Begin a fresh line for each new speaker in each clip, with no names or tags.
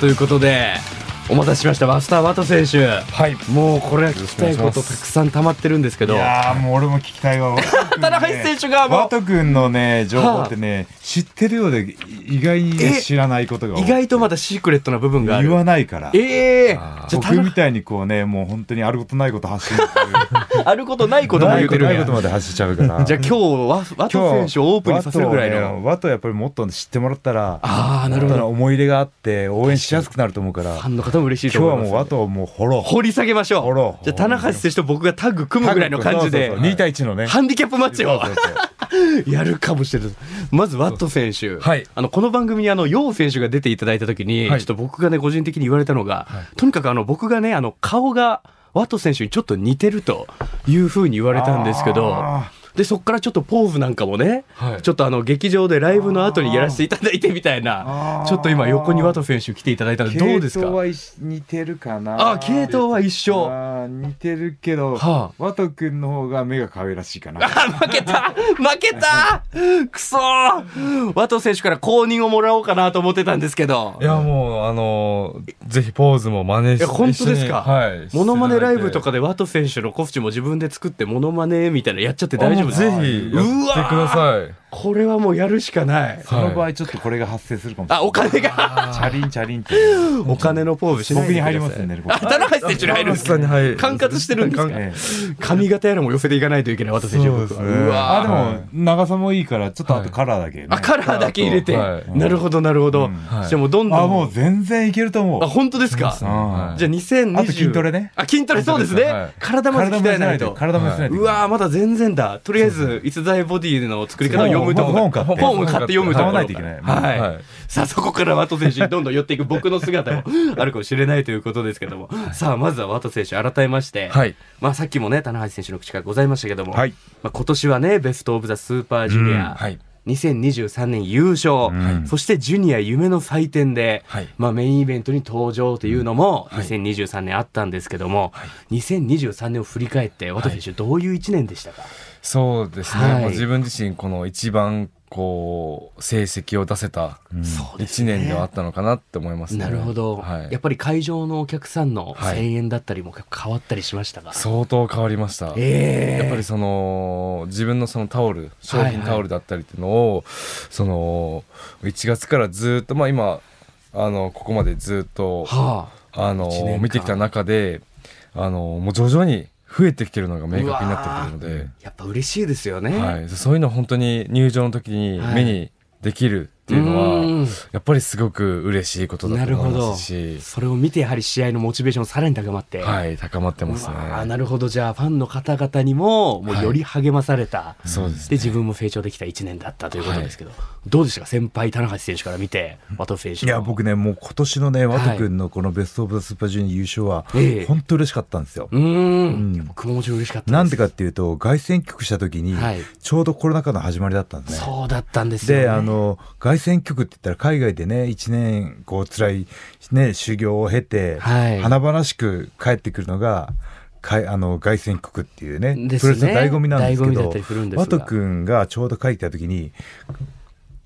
ということでお待たせしましたバスター・ワト選手
はい
もうこれは聞きたいことたくさん溜まってるんですけ
い
ど
やーもう俺も聞きた いわ
棚橋選手がもう
ワト君のね情報ってね知ってるようで意外にね
え
知らないことが多い
意外とまだシークレットな部分があ
言
る
わないから
ええ
あー
じゃあ
僕み
棚
たいにこうねもう本当にあることないこと発信する
橋あることないことも
な
言
いうこ
て
と
るん
ない
や
ことまで発信しちゃうから
じゃあ今日はワト選手をオープンにさせるぐらい
ワトを
の
ねワトやっぱりもっと知ってもらったら
ああなるほ
もっと
ど
思い入れがあって応援しやすくなると思うから
ファ
今
ンの方も嬉しい
日
と思
はい
ます
もうワトをもう掘ろう
掘り下げまし
掘
ょ
ろ
う
う
じゃあ棚橋選手と僕がタッグ組むぐらいの感じで
そうそうそう2対1のね
ハンディキャップマッチを
そうそうそう
やるかもしれない。まずワット選手、
はい
あのこの番組にあのヨウ選手が出ていただいた時に、
はい
ちょっと僕がね個人的に言われたのが、とにかくあの僕がねあの顔がワット選手にちょっと似てるというふうに言われたんですけど。
あ
でそこからちょっとポーズなんかもね、
はい
ちょっとあの劇場でライブの後にやらせていただいてみたいな
あー
ちょっと今横にワト選手来ていただいたのでどうです
系
か
統は一似てるかな
あ系統は一緒
あー似てるけど、
は
ワト君の方が目が可愛らし いかな
あ負けた負けたくそーワト選手から公認をもらおうかなと思ってたんですけど
いやもうあのーぜひポーズも真似して
え本当ですか
一緒にはい
モノマネライブとかで
で
ワト選手のコスチュームを自分で作ってモノマネみたいなのやっちゃって大丈夫です
ぜ
か
ひやってください
これはもうやるしかない
その場合ちょっとこれが発生するかもしれな
あ
い
お金が
チャリンチャリンって
お金のポーズしない
僕
でく
に
ださ
入
い
りますんでね僕
あ棚橋選手に入るんです
さんにはい
管轄してるんですか
ええ
髪型やらも寄せていかないといけないワト選手は僕は
そうですね
うわー
あでも長さもいいからちょっとあとカラーだけね
あカラーだけ入れて
はい
なるほどなるほ
う
ど
ん
はい
じゃあもうどんどん
あもう全然いけると思
あ
う
本当ですか
うん
じゃあ2020
あと筋トレね
あ筋トレそうですね、
はい
体まず
体も
鍛え
し
な
ないいと
と
体もしないと
うわーまだ全然だとりあえず逸材ボディの作り方を読むとこ
本を買って
本を買って読むところ
買わないといけない
はい
はい
さあそこからワト選手にどんどん寄 っていく僕の姿もあるかもしれないということですけども、さあまずはワト選手改めまして、
はい
まあ、さっきもね棚橋選手の口からございましたけども、
はい
まあ、今年はねベスト・オブ・ザ・スーパージュニア、
うんはい
2023年優勝、
うん
そしてジュニア夢の祭典で、
はい
まあ、メインイベントに登場というのも
はい
2023年あったんですけども、2023年を振り返って渡選手どういう1年でしたか、
そうですね、
はい
もう自分自身この一番こう成績を出せた
そうです
一
ね
年ではあったのかなって思いますね。
なるほど、
はい
やっぱり会場のお客さんの
はい
声援だったりも変わったりしましたが、
相当変わりました。
ええ
やっぱりその自分のそのタオル商品タオルだったりっていうのを、その1月からずっとまあ今あのここまでずっと
は
あの
一年間
見てきた中であのもう徐々に増えてきてるのが明確になってきてるので
あ、やっぱ嬉しいですよね、
はい、そういうの本当に入場の時に目にできるっていうのは、
うん
やっぱりすごく嬉しいことだ
な
と
るほ
思い
ど
ますし、
それを見てやはり試合のモチベーションさらに高まって、
はい、高まってますね。
あなるほどじゃあファンの方々にももうより励まされた、
そうです
で
ね。
自分も成長できた1年だったということですけど、どうでしたか先輩棚橋選手から見てワト選手
い
の
や僕ねもう今年のね
はい
ワト君のこのベスト・オブ・ザ・スーパージュニア優勝は
ええ
本当嬉しかったんですよ
うーん
うん
僕ももちろん嬉しかったです
なんでかっていうと凱旋曲した時に
はい
ちょうどコロナ禍の始まりだったんですね
そうだったんですよ、ね、
であの凱旋局って言ったら海外でね1年こう辛い、ね、修行を経て、
はい
華々しく帰ってくるのがかいあの凱旋局っていうね
です
プ
ね
ロレスの醍醐味なんですけ
醍醐味だ
ど
ったりするんですが
ワト君がちょうど帰ってきた時に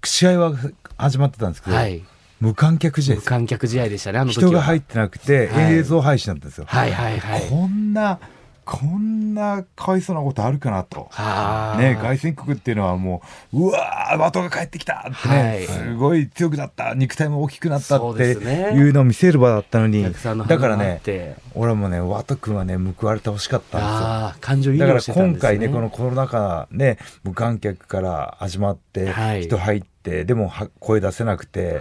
試合は始まってたんですけど、
はい
無観客試合
無
です
観客試合でしたねあの時は
人が入ってなくて、
はい
映像配信だったんですよ。
はいはいはい
こんなこんなかわいそうなことあるかなと。
はあ
ね、凱旋国っていうのはもううわー、バトが帰ってきたってね、
はい
すごい強くなった肉体も大きくなった
そう
っ
で
て
すね
いうのを見せる場だったのに
お客さんの
だから
反応があっ
ね
て
俺もねワト君はね報われてほしかったん
ああ感情移
ですよだ
入して
か
た
ら
ん
今
ですね
回ねこのコロナ禍ね無観客から始まって、
はい
人入ってでもは声出せなくて。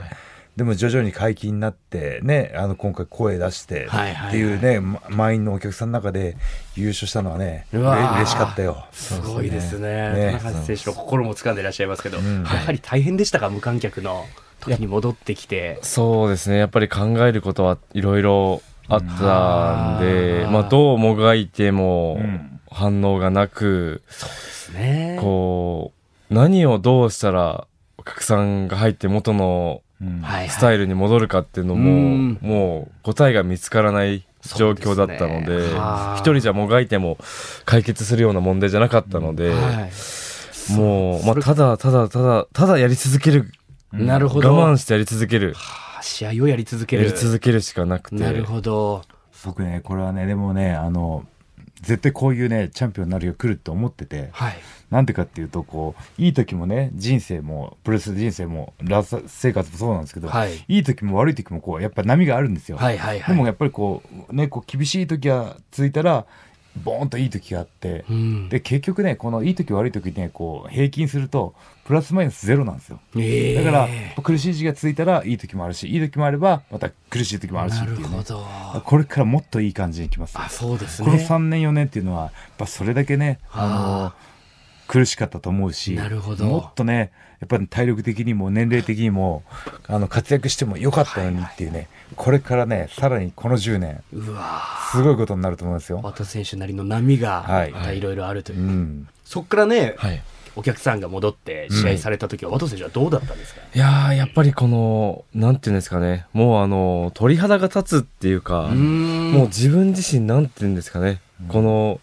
でも徐々に解禁になってねあの今回声出して
はいはい
っていうね、ま満員のお客さんの中で優勝したのはねう
うわー
嬉しかったよ
すごいです
そうです
ね
ね
高橋選手の心も掴んでいらっしゃいますけど、
ん
やはり大変でしたか無観客の時に戻ってきて
そうですね。やっぱり考えることはいろいろあったんで、
うん
まあどうもがいて
う
も
ん
反応がなく、
ですね
こう何をどうしたらお客さんが入って元の
うん
はいはい
スタイルに戻るかっていうのも、
うん
もう答えが見つからない状況だったの
そうで
です
ねはあ
一人じゃもがいても解決するような問題じゃなかったので、
はい
もう、ま
そ
あ、
れ
ただただただただやり続ける
なるほど
我慢してやり続ける
はあ試合をやり続け
や
る
り続けるしかなくて
なるほど
僕ねこれはねでもねあの絶対こういうねチャンピオンになる日が来ると思ってて
はい
なんでかっていうとこういい時もね人生もプロレス人生もラス生活もそうなんですけど、
はい
いい時も悪い時もこうやっぱ波があるんですよ、
はいはいはい
でもやっぱりこうねこう厳しい時が続いたらボーンといい時があって、
うん
で結局ねこのいい時悪い時ねこう平均するとプラスマイナスゼロなんですよ
え
だ
ー
から、苦しい時が続いたらいい時もあるしいい時もあればまた苦しい時もあるしっ
な
てい
る
う、
ほ
ね、
ど
これからもっといい感じにいきます
あそうです
この
ね
3年4年っていうのはやっぱそれだけねあ
あ
の苦しかったと思うし
なるほど
もっとねやっぱり体力的にも年齢的にもあの活躍してもよかったのにっていうね、これからねさらにこの10年
うわ
すごいことになると思います
ー
よ。
ワト選手なりの波
は
が
い
またいろいろあるというう、
ん、
そっからね、
はい
お客さんが戻って試合された時は、ワト選手はどうだったんですか
いやーやっぱりこのなんていうんですかねもうあの鳥肌が立つっていうか、も
も
う自分自身なんて言うんですかね、この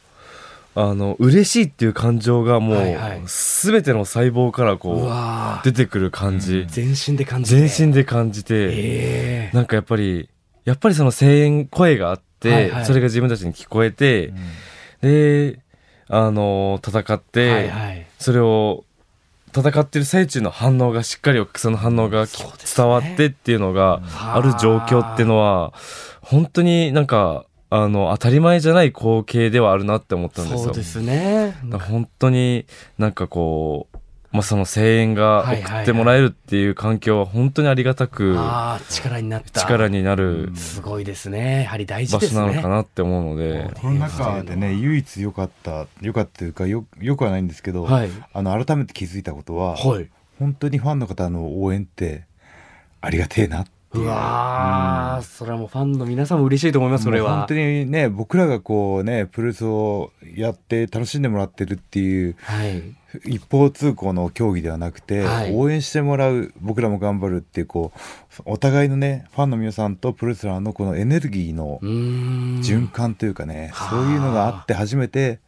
あの嬉しいっていう感情がもう、
はいはい
全ての細胞から
うう
こ
わ
う
ー
出てくる感じ、
全身で感じて
全身で感じて、
ええ
なんかやっぱりやっぱりその声援声があって、
はいはい
それが自分たちに聞こえて、であの戦って、
はいはい
それを戦ってる最中の反応がしっかりその反応がき、
そうですね
伝わってっていうのが
はあ
ある状況ってのは本当になんかあの当たり前じゃない光景ではあるなって思ったんです
そ
よ。
うですね
だから本当になんかこう、まあ、その声援
は
が
いはいはい
送ってもらえるっていう環境は本当にありがたく
ああ力になった
力になる
すごいですねやはり大事
場
です
所
ね
なのかなって思うので。
そう
この中でね唯一良かった良かったというかよよくはないんですけど、
はい
あの改めて気づいたことは、
はい
本当にファンの方の応援ってありがてえなっていう
うわーそれはもうファンの皆さんも嬉しいと思いますそれ
もう
は
本当にね僕らがこうねプロレスをやって楽しんでもらってるっていう
はい
一方通行の競技ではなくて、
はい
応援してもらう僕らも頑張るっていうこうお互いのねファンの皆さんとプロレスラーのこのエネルギーの
うーん
循環というかね、
はあ
そういうのがあって初めて、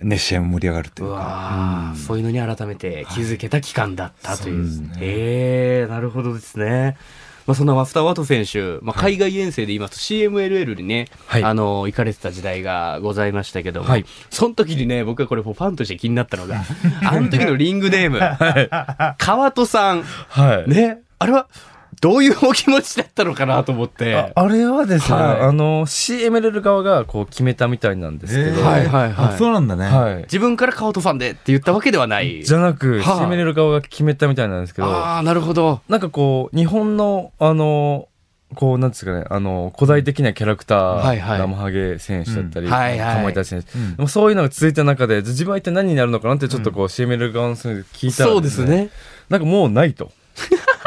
ね、試合も盛り上がるといううか。
わーそういうのに改めて気づけた期間だったという,、
そうですね
ええなるほどですね、まあ、そんなマスター・ワト選手、まあ、海外遠征で言いますと CMLL にね、
はい
あの行かれてた時代がございましたけども、
はい
その時にね僕はこれもうファンとして気になったのがあの時のリングネーム、川戸さん
はい
ねあれはどういうお気持ちだったのかなと思って
ああれはですね、
はい
あの CMLL 側がこう決めたみたいなんですけど、
えーはいはいはい
あそうなんだね。
はい、
自分から川戸ファンでって言ったわけではない
じゃなく、
はあ
CMLL 側が決めたみたいなんですけど、
ああなるほど
なんかこう、日本の、あの、こう、なんですかね、あの、古代的なキャラクタ
はいはい
ー、ナムハゲ選手だったり、
うんはいはい
かまいたち選手、
うん
でもそういうのが続いた中で、自分は一体何になるのかなって、ちょっとこう、CMLL 側の人に聞いたら、
そうです。ね
なんかもうないと。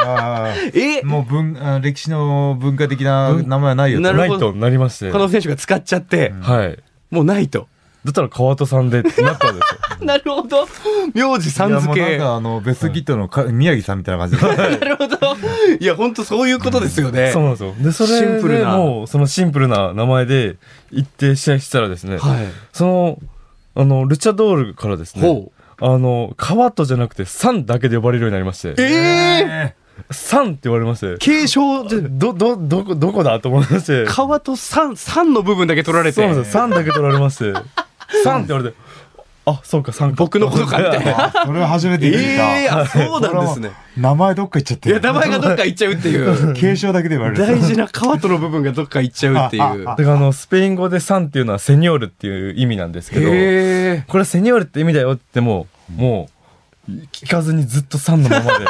あー
え
もう文あ歴史の文化的な名前はないよと
なる
な
ほ
い
ど
となりまして
こ、の選手が使っちゃって、
はい。
もうないと。
だったら川戸さんでってなったんで すよ。
なるほど。名字さん付
いやもう
け。
なんかあのベストギットのか、宮城さんみたいな感じで
なるほど。いや、本当そういうことですよね
そう。なんですよ。で、そ
シ
れ
ンプル
で
な
もう、そのシンプルな名前で行って試合したらですね、
はい。
その、あの、ルチャドールからですね、
ほう。
あの、カワトじゃなくて、サンだけで呼ばれるようになりまして、
ええ
サンって言われまして、
継承で、
ど、ど、どこ、どこだと思いまして、
川と三、三の部分だけ取られ
そうなんで
て。
すよ、サンだけ取られ まして、サンって言われて、あ、そうか、サンか。
僕のことかみ たいな。
あそれは初めて聞いた、
ええあ、そうなんですね。
名前どっか行っちゃって
い
る
や、名前がどっか行っちゃうっていう。
継承だけで言われる
大事な川との部分がどっか行っちゃうっていう。
だからあの、スペイン語でサンっていうのはセニョールっていう意味なんですけど、
へえ。
これはセニョールって意味だよってもう、もう、聞かずにずっとサンのままで、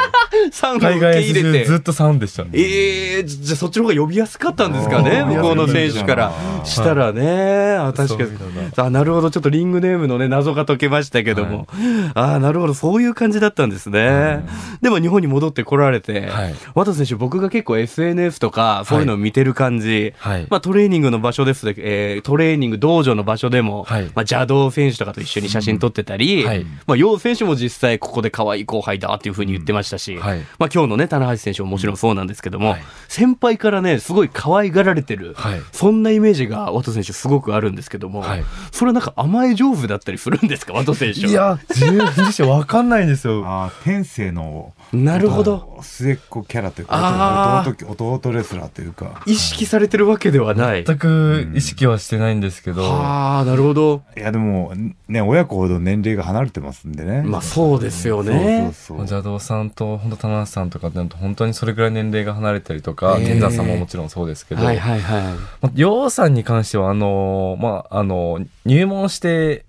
三を 受
海
け
外遠
入
征
れ。
中ずってとサンでしたね。
ええじゃあそっちの方が呼びやすかったんですかね
あー
向こうの選手からしたらね。あ、確かに。
そうだな
あなるほどちょっとリングネームのね謎が解けましたけども、ああなるほどそういう感じだったんですね、でも日本に戻ってこられて、
はい
ワト選手僕が結構 SNS とかそういうのを見てる感じ、
はい
まあ、トレーニングの場所ですと、えートレーニング道場の場所でも、
はい
まあ、邪道選手とかと一緒に写真撮ってたり、
うんはい
まあ、楊選手も実際こここで可愛い後輩だっていうふうに言ってましたし、
うんはい
まあ、今日のね、棚橋選手ももちろんそうなんですけども、
うんはい
先輩からね、すごい可愛がられてる、
はい
そんなイメージがワト選手すごくあるんですけども、
はい
それなんか甘え上手だったりするんですか、ワト選手は。
いや自分自身わかんないんですよ
あー天性の
なるほど。
末っ子キャラという
あ
か
ー
弟弟弟レスラーというか
意識されてるわけではない。
全く意識はしてないんですけど、
はあ、なるほど。
いやでもね親子ほど年齢が離れてますんでね
まあそうですよね。
そうそうそう
邪道さんと本当棚橋さんとかってなると本当にそれぐらい年齢が離れたりとか
ええ
天山さんももちろんそうですけど、
はいはいはい。
まあ楊さんに関してはあのーまああの入門して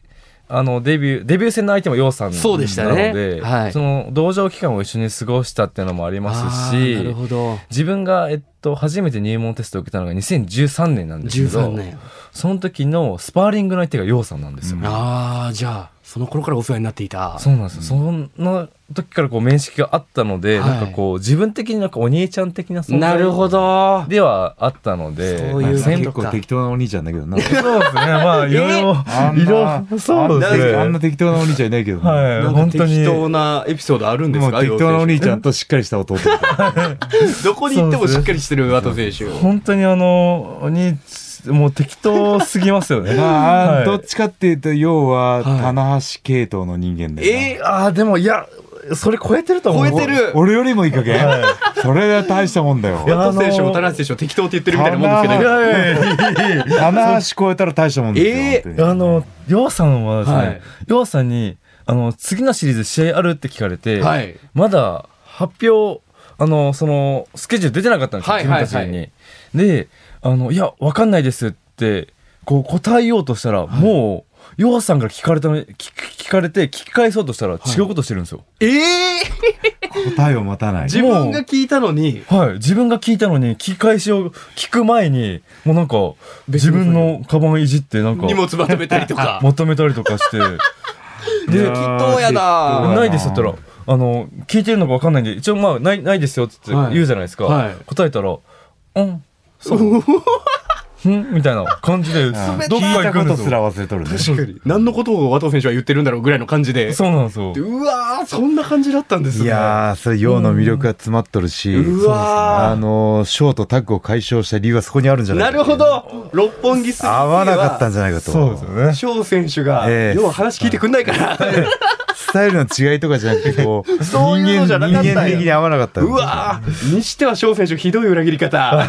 あのデビューデビュー戦の相手も楊さんな
そう
の
で
で
したねはい
その同情期間を一緒に過ごしたっていうのもありますし
あーなるほど。
自分が、えっと、初めて入門テストを受けたのが2013年なんですけ
13
ど
年。
その時のスパーリングの相手が楊さんなんですよ。
うん
ああ、じゃあ、その頃からお世話になっていた。
そうなんですよ、その時からこう面識があったので、
はい
なんかこう自分的になんかお兄ちゃん的な存在
なるほど。
ではあったので
そういうこ
まあ
と
先
結構適当なお兄ちゃんだけど な
そうですねまあいろいろ
あん
い
な
ろそうですね
あんな適当なお兄ちゃんいないけどね
はい
なんか
本当に
適当なエピソードあるんで
も
す
う
か
適当なお兄ちゃん
洋
としっかりした弟みたい
選
な
手どこに行ってもしっかりしてるワト選手。
本当にあのお兄ちもう適当すぎますよね
まあ、
はい
どっちかっていうと要は
はい
棚橋系統の人間だよな、
えー
あーでもいやそれ超えてると思う
超えてる
俺よりもいい加減、それは大したもんだよ
いや
ワト選手も
あの
田中選手も適当って言ってるみたいなもんですけど
棚橋。
いやいやいや
棚橋超えたら大したもんですよ、
えー
本当に
あの、りょうさんはです
は
ね
い、
りょうさんに、あの、次のシリーズ試合あるって聞かれて、
はい
まだ発表、あの、その、スケジュール出てなかったんですよ、
はい
自
はいはい
分たちに。で、あの、いや、わかんないですって、こう答えようとしたら、もう、りょうさんから聞かれたの、聞聞聞かれて、聞き返そうとしたら違うことしてるんですよ。
ええー
答えを待たない
自分が聞いたのに、
はい。自分が聞いたのに、聞き返しを聞く前に、もうなんか、
別の
自分のカバンいじって、なんか
荷、物まとめたりとか。
まとめたりと かして、
適
いやー
当や
適
な
当。
ないですって言ったら、あの、聞いてるのか分かんないんで、一応まあ、ない、ないですよって言っ
はい
て言うじゃないですか。
はい
答えたら、うん、そう。んみたいな感じで、 どっ
あ
か
ー聞い
行
た
く
こ
んで
と
す
す
よ。
ら忘れとるね
確かに。何のことをワト選手は言ってるんだろうぐらいの感じで。
そうなんですよ
で。うわー、そんな感じだったんですね。
いやーそれ陽の魅力が詰まっとるし、
うわ
あのーショートタッグを解消した理由はそこにあるんじゃ
ー。
ない
なる
か
ほど。六本木スリーは
合わなかったんじゃないかと
そうですよね。
翔選手が、
ええ
要は話聞いてくんないから、
スタイルの違いとかじゃなくてこう
そういうのじゃなかったんや
人間人間的に合わなかった
うわーにしては翔選手ひどい裏切り方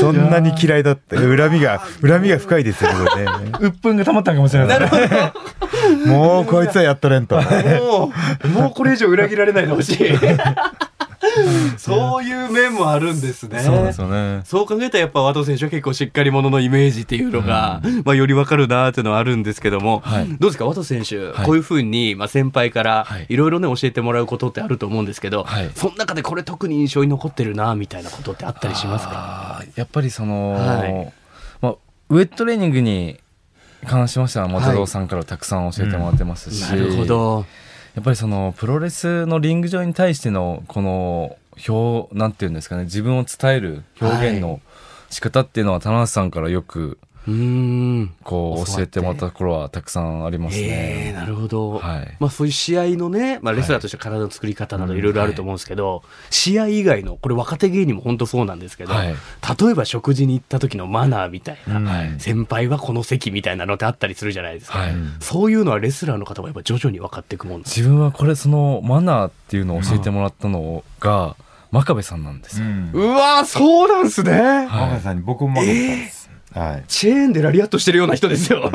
そんなに嫌いだって恨みが恨みが深いですよこれね
鬱憤が溜まったんかもしれないですね。
もうこいつはやっとれんと。
もうもうこれ以上裏切られないでほしいそういう面もあるんですね
そうなんですよね。
そう考えたらやっぱ和藤選手は結構しっかり者のイメージっていうのが、まあよりわかるなーっていうのはあるんですけども、
はい
どうですか和藤選手、
はい
こういうふうに、まあ、先輩から
はい
いろいろね教えてもらうことってあると思うんですけど、
はい
その中でこれ特に印象に残ってるなーみたいなことってあったりしますか
あーやっぱりその、
はい
まあ、ウェットトレーニングに関しましては、松田さんからたくさん教えてもらってますし、
なるほど
やっぱりそのプロレスのリング上に対してのこの表なんていうんですかね自分を伝える表現
は
の仕方っていうのは田中さんからよく
うーん
こう
教わっ
教え
て
てもらったところはたくさんあります
ええ
ね。
なるほど、
はい
まあ、そういう試合のね、まあ、レスラーとして体の作り方などいろいろあると思うんですけど、試合以外のこれ若手芸人も本当そうなんですけど、
はい
例えば食事に行った時のマナーみたいな、
はい
先輩はこの席みたいなのってあったりするじゃないですか、
はい
そういうのはレスラーの方はやっぱ徐々に分かっていくもんです
自分はこれそのマナーっていうのを教えてもらったのが真壁さんなんですよ。
うわーそうなんすね
マカさんに僕もマカさんです。はい。
チェーンでラリアットしてるような人ですよ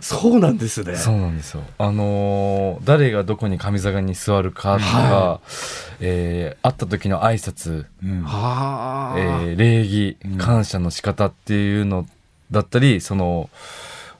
そうなんですね
そうなんですよ。あのー誰がどこに上座に座るかとか、
は
えー会った時の挨拶
うん
はあ、
えー礼儀
うん
感謝の仕方っていうのだったり、その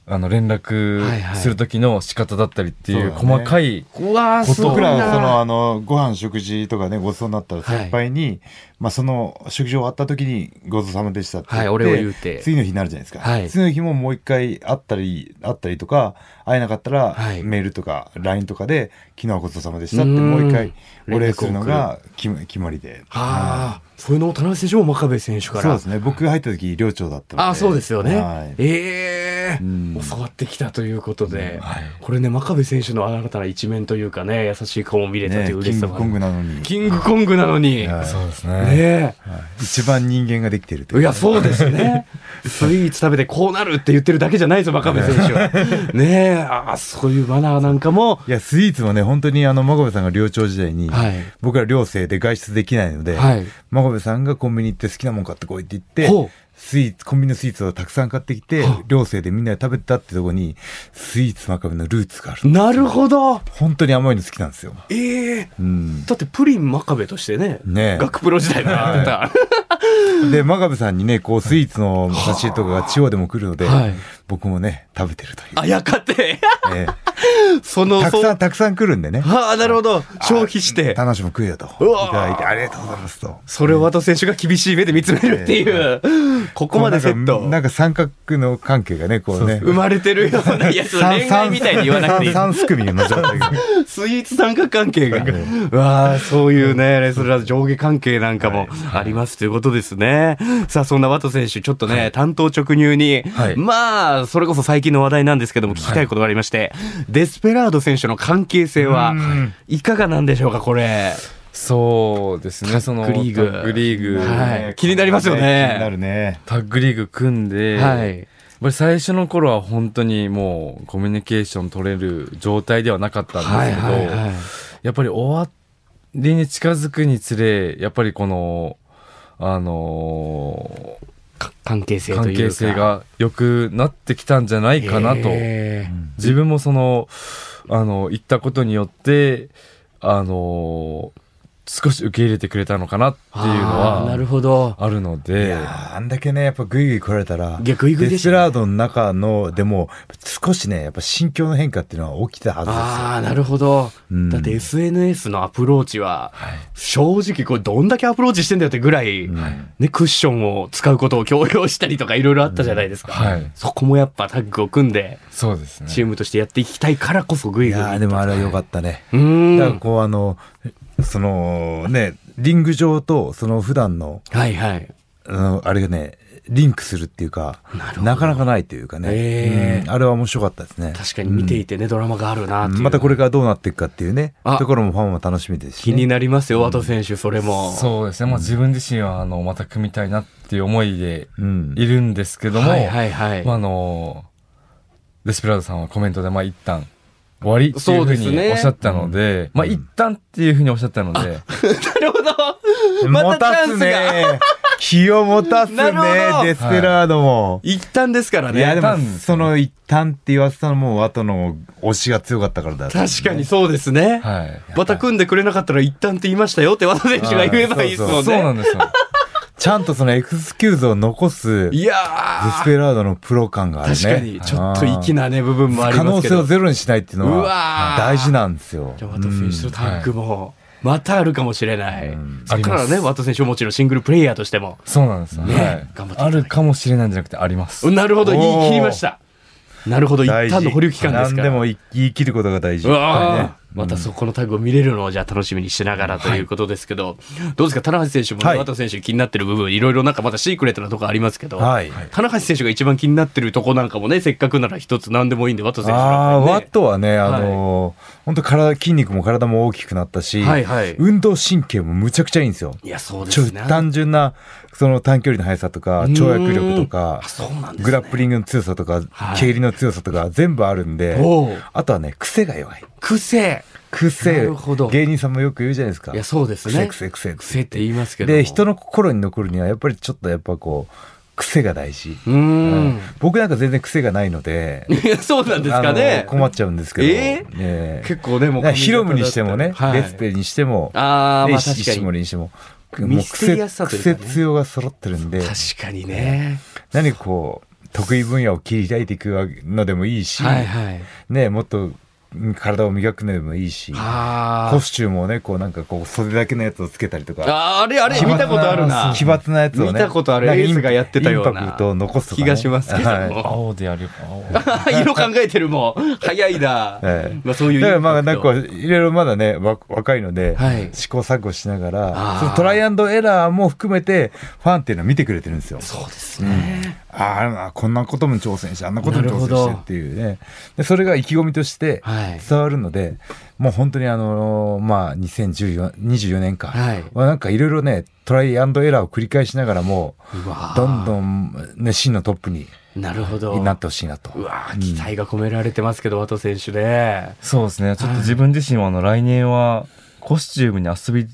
あの連
はいは
絡
い
する時の仕方だったりっていう
そうだね
細かい、
うわーすご
僕
い
ら
な
はそのあのご飯食事とかねごちそうになったら
はい
先輩に、まあその食事終わった時にごちそうさまでしたって言っ
はい
て、
お礼を言うて
次の日になるじゃないですか、
はい
次の日ももう一回会ったり会ったりとか会えなかったら、
はい
メールとか LINE とかで昨日はごちそうさまでしたって
うん
もう一回お礼するのが決ま決まりで。
はあ、そういうのを田中選手も真壁選手から。
そうですね僕が入った時寮長だったので
ああ、そうですよね。
はい
ええ
うん
教わってきたということで、これね、真壁選手の新たな一面というかね、優しい顔も見れたと
ね
いう
キ
嬉し
ン
さ
グ
もあ
コ
る
ングなのに
キングコングなのに、
は
ね
い
そうですね
え。
一番人間ができてると
い
いう
や、そうです ね。スイーツ食べてこうなるって言ってるだけじゃないですよ、真壁選手は。ねえ、ああ、そういうマナーなんかも、
いやスイーツもね本当にあの真壁さんが寮長時代に、
はい
僕ら寮生で外出できないので、
はい
真壁さんがコンビニ行って好きなもん買ってこいって言
ほ
っ
う
てスイーツコンビニのスイーツをたくさん買ってきて
はあ
寮生でみんなで食べてたってとこにスイーツ真壁のルーツがある
なるほど。
本当に甘いの好きなんですよ、
ええ
うん、
だってプリン真壁としてね、
ねえ
学プロ時代もやってた。
で真壁さんにねこうスイーツの差し入れとかが地方でも来るので、
はい
僕もね食べてるという
あやかて、
え
そ
え
の、
たく
そ
さ
うん
たくさん来るんでね
ああ、なるほど。消費して。
楽しも食えよという
わー
ただいてありがとうございますと
それを渡選手が厳しい目で見つめるっていう、ここまでセッ
こうなんか
ト。
なんか三角の関係がねこうね
生まれてるような、いや、その恋愛みたいに言わなくていい。
三三すくみの状態が
スイーツ三角関係が。わあ、そういうね、レスラー上下関係なんかもありますということですね。さあ、そんなワト選手、ちょっとね、担当直入に
は、い
まあ、それこそ最近の話題なんですけども、聞きたいことがありまして、デスペラード選手の関係性は
うん、
いかがなんでしょうか、これ。
そうですねその
タッグリーグ
タッグリーグ
はい
ね
気になりますよね
気になるね
タッグリーグ組んで、
はい。
やっぱり最初の頃は本当にもうコミュニケーション取れる状態ではなかったん
はい
ですけど、
はいはい。
やっぱり終わりに近づくにつれやっぱりこのあの
か関係性
ー
と
関
いうか。
係性が良くなってきたんじゃないかなと
へ
自分もそのあの行ったことによってあのー少し受け入れてくれたのかなって
ー
いうの
あーなる
は
ほど。
あるの
い
で
やーあんだけねやっぱグイグイ来られたら
いやグイグイで
デ
した
ス
ね
ラードの中のでも少しねやっぱ心境の変化っていうのは起きたはずですよ
ああ、なるほど。
うん
だって SNS のアプローチは、正直これどんだけアプローチしてんだよってぐらい、ね、クッションを使うことを強要したりとかいろいろあったじゃないですか。
はい
そこもやっぱタッグを組んで、
そうですね
チームとしてやっていきたいからこそグイ
い
グイ。
やーでもあれは良かったね。
う
だ
ー
から
ん。
こうあの、そのね、リング上とその普段の、
はいはい。
あのあれがね、リンクするっていうか、なかなかないというか
へ
ね、
ー
うんあれは面白かったですね。
確かに見ていてね、ドラマがあるなっていう
またこれからどうなっていくかっていうね
あ、
ところもファンは楽しみですし
気
ね、
になりますよ、ワト選手、それも。
そうですね、まあ、自分自身はあのまた組みたいなっていう思いで
うん
いるんですけども、
はいはいはい。
まあ、あのデスペラードさんはコメントで、まあ、一旦終わりっていうふう
そうです
に
ね
おっしゃったのでまあ一旦っていうふうにおっしゃったので、
なるほど。ま
持
た
た
チャン
す
スが。
ね。 気を持たすね
なるほど、
デスペラードも。
一旦ですから
い
ね。
やでも
一旦
その一旦って言わせたのも後の推しが強かったからだと思うね
確かにそうですね。
はい
また組んでくれなかったら一旦って言いましたよって和田選手が言えばいいですもんね。
そうなんですよ
ちゃんとそのエクスキューズを残す
いや
デスペラードのプロ感があるね。
ー、確かに、ちょっと粋なね、部分もあり
可
ま
能
すけ
性
ど。
をゼロにしないっていうの
う
は
わー
大事なんですよ。
じゃあ、ワト選手とタッグも、またあるかもしれない。そっか
あ
ら
りま
ね、
す
ワト選手ももちろんシングルプレイヤーとしても。
そうなんですよ、
ね
はい
頑張っていただきたい
あるかもしれないんじゃなくてあります、
なるほど、
おー
言い切りました。なるほど、一
大事
旦の保留期間ですか
何
ら。
でも言い言い切ることが大事。
うわー
ね
またそこのタッグを見れるのをじゃあ楽しみにしながらということですけど、どうですか、棚橋選手も、ね
はい
ワト選手気になってる部分、いろいろなんかまたシークレットなとこありますけど、
はい。
棚橋選手が一番気になってるとこなんかもね、せっかくなら一つ何でもいいんで、ワト選手の
ああー、
中にね
ワットはね、あのー、本当体、筋肉も体も大きくなったし、
はいはい
運動神経もむちゃくちゃいいんですよ。
いや、そうで
ちょ
すね。
単純な、その短距離の速さとか、跳躍力と
うーん
か
あ、そうなんですね
グラップリングの強さとか
は、い
蹴りの強さとか、全部あるんで
おう、
あとはね、癖が弱い。
癖。な
癖
るほど、
芸人さんもよく言うじゃないですか。
いや、そうですね。
癖癖癖
癖って言いますけども。
で、人の心に残るには、やっぱりちょっとやっぱこう、癖が大事。
うーん。
僕なんか全然癖がないので、
いや そうなんですか
あ
ね
の。困っちゃうんですけど、
えー
ええ
結構ね、も
だ
う
からヒロムにしてもね、
はい
レスペにしても、
ああ、
ね
まあ
石
確か
石
に。
森にしても、
ミステリアスさというかね
もう癖強が揃ってるんで、
確かにね。
何かこう、得意分野を切り開いていくのでもいいし、
はいはい。
ね、もっとうん体を磨くのでもいいし、
あ
コ
ー
スチュームをね、こうなんかこう袖だけのやつをつけたりとか、
あー、あれあれ、見たことあるな。
奇抜なやつをね、
見たことある。
な
エ
んかイン
ースがやってたよう
インパ
な
クトを残すとか、
気
ね、
がしますけど
はい
も。
青でやるよ 青
色考えてるもん。早いな
ええ。
まあそういう。
だからまあなんかいろいろまだねわ若いので、
はい
試行錯誤しながら
あー
そのトライアンドエラーも含めてファンっていうのは見てくれてるんですよ
そうですね。
ああこんなことも挑戦してあんなことも挑
な
戦
る
し
ほど
てっていうねでそれが意気込みとして
はい
伝わるので、もう本当にあのまあ2024年か
はい
はなんかいろいろねトライアンドエラーを繰り返しながらも
うわー
どんどんね真のトップに
なるほど。
なってほしいなと
うわー期待が込められてますけど、ワト選手ね。
そうですね。ちょっと自分自身はあの来年はコスチュームに遊び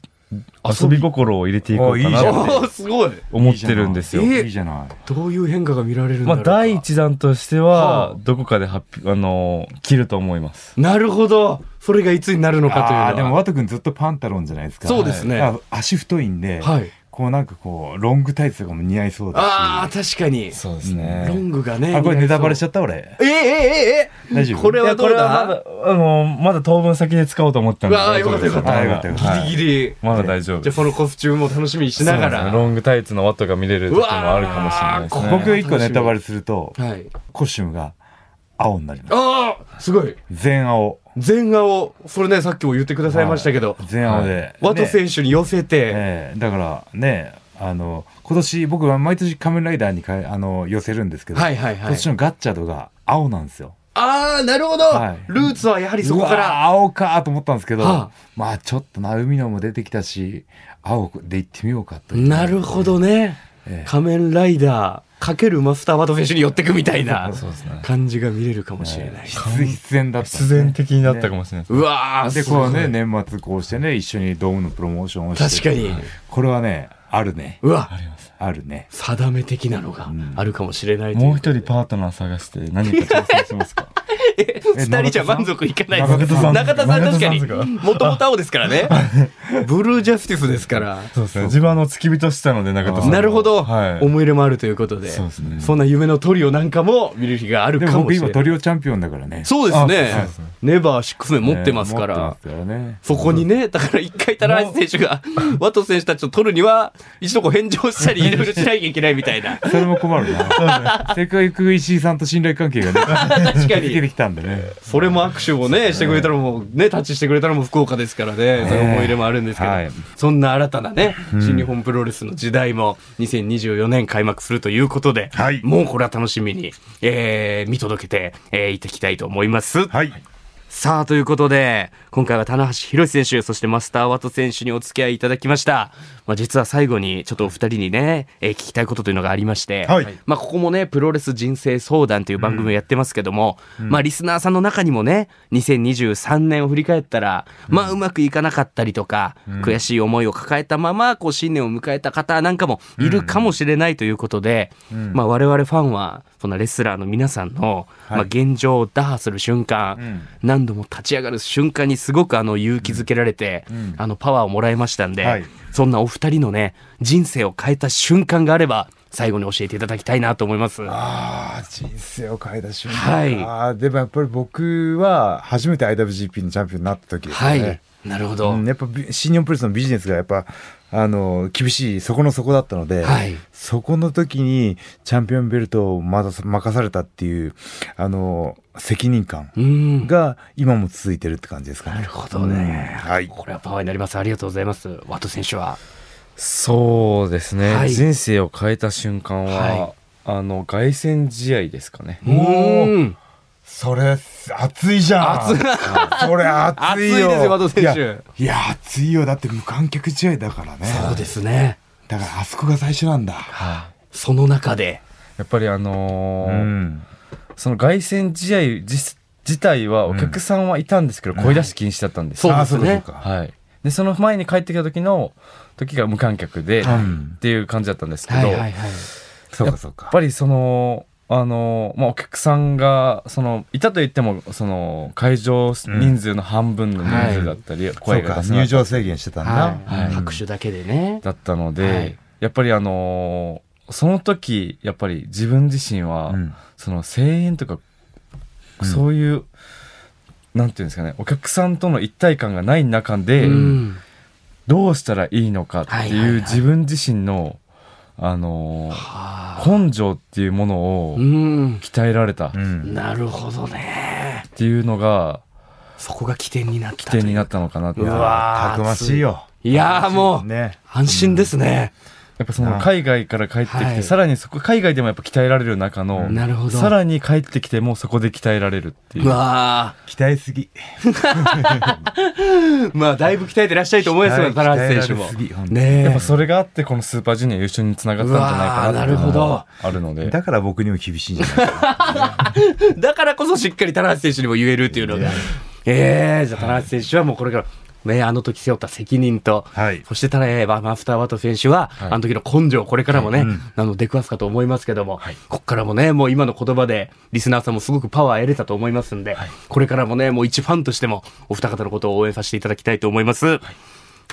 遊び心を入れていこうか
おいいじゃ
なって
ーすごい。
思ってるんですよ。
え
いいじゃない
どういう変化が見られるんだ
まあ
ろうか。
第一弾としてはどこかで発表あの切ると思います。
なるほど。それがいつになるのかというの
あ
は
ーでもワト君ずっとパンタロンじゃないですか
そうですね
はいだから足太いんで、
はい。
こうなんかこうロングタイツとかも似合いそうだし
ああ、確かに。
そうです
ね
ロングがね。
あこれネタバレしち
ゃ
ゃった俺
えええええ
大丈夫
これはどうだ
まだあのまだ当分先で使おうと思ったん
う
で。
わあ、よかったよかっ。
あよかったよかった
はい
ギリギリ。
まだ大丈夫
じゃ
で
あ
す。
このコスチュームを楽しみにしなが
そうですね
ら。
ロングタイツのワットが見れる時もあるかもしれないです
うわー
ね。
僕が一個ネタバレすると
はい。
コスチュームが青になります
ああ、すごい。
全青
全青。それね、さっきも言ってくださいましたけど
は。い全青で
ワト選
手
手に寄せて。
だからねあの今年僕は毎年仮面ライダーにかえあの寄せるんですけど
はいはい
今
はい
年。のガッチャードが青なんですよ
ああ、なるほど
はい
ルーツはやはりそこか
うわー
ら。
青かと思ったんですけど、
はあ
まあちょっとな海のも出てきたし青で行ってみようかという
なるほどね。
ええ
仮面ライダーかけるマスターバト選手に寄ってくみたいな
そうですね。
感じが見れるかもしれない。
必必然だった
必然的になったかもしれないです。
うわあ、
ですこ
ご
う
い
ね年末こうしてね一緒にドームのプロモーションをして
確かに。
これはねあるね
うわ、
あるね
定め的なのがあるかもしれないとい
もう
う。
一人パートナー探して何か 挑戦しま すか
え二人じゃ満足いかないで
中
す
田さん
中田さん
中田
確
さ
か
ん
に。もともと青ですからね。ブルージャスティスですから。
そうですね。自分はあの付き人したので中田さんも。
なるほど、
はい。
思い入れもあるということで
そうですね
そんな夢のトリオなんかも見る日がある
で
か
も
も
僕
しれ
今
な
ト
い
リオチャンピオンだからね
そうですね
あそうですね
ネバー6面持ってますから,、
ね持ってますからね
そこにねだから一回タラー選手がワト選手たちを取るには一度こう返上したりいろいろしなきゃいけないみた いな
それも困 るなせっかく石井さんと信頼関係がね
確か
できて
に
きたんでね
それも握手をねしてくれたのもねタッチしてくれたのも福岡ですからねそういう思い入れもあるんですけど、
はい
そんな新たなね新日本プロレスの時代も2024年開幕するということで、
はい
もうこれは楽しみに、えー見届けて、えーいてきたいと思います。
はい
さあ、ということで、今回は棚橋宏選手、そしてマスターワト選手にお付き合いいただきました。まあ、実は最後に、ちょっとお二人にね、えー聞きたいことというのがありまして、
はい
まあ、ここもね、プロレス人生相談という番組をやってますけども、まあ、リスナーさんの中にもね、2023年を振り返ったら、まあ、うまくいかなかったりとか、悔しい思いを抱えたまま、こう、新年を迎えた方なんかもいるかもしれないということで、まあ、我々ファンは、そのレスラーの皆さんの、まあ、現状を打破する瞬間、何度も立ち上がる瞬間にすごくあの勇気づけられて、あのパワーをもらいましたんで、
はい
そんなお二人のね人生を変えた瞬間があれば最後に教えていただきたいなと思います。は
ああ人生を変えた瞬間
はい
ああでもやっぱり僕は初めて IWGP のチャンピオンになった時ですよね、
い、なるほど、
うん、やっぱび新日本プロレスのビジネスがやっぱあの厳しいそこの底だったので、
はい
そこの時にチャンピオンベルトをまだ任されたっていうあの責任感
うん、
が今も続いてるって感じですかね。
なるほどね
うんはい
これはパワーになります。ありがとうございます。ワト選手は、
そうですね、
はい
人生を変えた瞬間は、
はい
あの凱旋試合ですかね、
んおー
うん
それ熱いじゃん
熱い
それ熱いよ
熱いですよ和藤選手
いやいや熱いよだって無観客試合だからね
そうですね。
だからあそこが最初なんだ、
その中で、
やっぱりあの
う
ー
ん、
その凱旋試合自自体はお客さんはいたんですけど、声出し禁止だったんです
そう
よ、
あ
で
あ
す
そ
ね
うかそうか、
はい、でその前に帰ってきた時の時が無観客で、
うん
っていう感じだったんですけど、や
はい。
そうかそうか
っぱりその。あのーまあ、お客さんがそのいたといってもその会場人数の半分の人数だったり、
そう
声が
か
出せな
入
かったり
場制限してたんだ、
はい
うん
拍手だけでね。
だったので、
はい
やっぱりあのーその時やっぱり自分自身は、
うん
その声援とか、そういうなんていうんですかねお客さんとの一体感がない中で、
うん
どうしたらいいのかって
はいはいはい
いう自分自身の、あのー
はあ
根性っていうものを
うん。
鍛えられたっ
うん
なるほどね。
ていうのが
そこが起点になった
起
という。
点になったのかなって
うわー
たくましいよ
いやーもう、
ね
安心ですね。
やっぱその海外から帰ってきて、
はい
さらにそこ海外でもやっぱ鍛えられる中の
なるほど
さらに帰ってきてもうそこで鍛えられるっていう
うわ
期待すぎ。
ー まあだいぶ鍛えてらっしゃると思いますよ
鍛え
高橋選手も
鍛えられすぎ本当に
ねえ
やっぱそれがあってこのスーパージュニア優勝につながったんじゃないかなっていうの
うわ
があるので
だから僕にも厳しいんじゃないか
だからこそしっかり田中選手にも言えるっていうのが。ええじゃあ田中選手はもうこれから、ね、あの時背負った責任と、
はい
そして田中バマフターワト選手は、あの時の根性をこれからもね、あの出くわすかと思いますけども、ここからもね、もう今の言葉でリスナーさんもすごくパワー得れたと思いますんで、これからもね、もう一ファンとしてもお二方のことを応援させていただきたいと思います。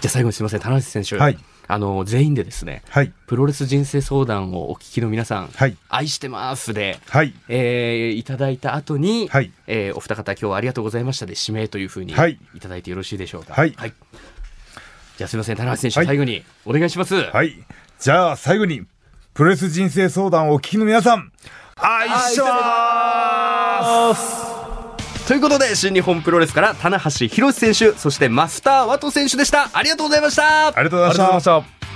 じゃあ最後にすみません、田中選手。
はい
あの、全員でですね、
はい
プロレス人生相談をお聞きの皆さん、
はい
愛してますで、
はい
えーいただいた後に、
はい
えーお二方今日はありがとうございましたで指名というふうに、
はい
い、ただいてよろしいでしょうか
はい
じゃあすみません田中選手、
はい
最後にお願いします、
な。はい。じゃあ最後に、プロレス人生相談をお聞きの皆さん、愛してます
ということで新日本プロレスから棚橋宏選手そしてマスターワト選手でしたありがとうございました
ありがとう
あ
ご
りがとう
ざ
ご
い
ざい
ま
ま
し。
したた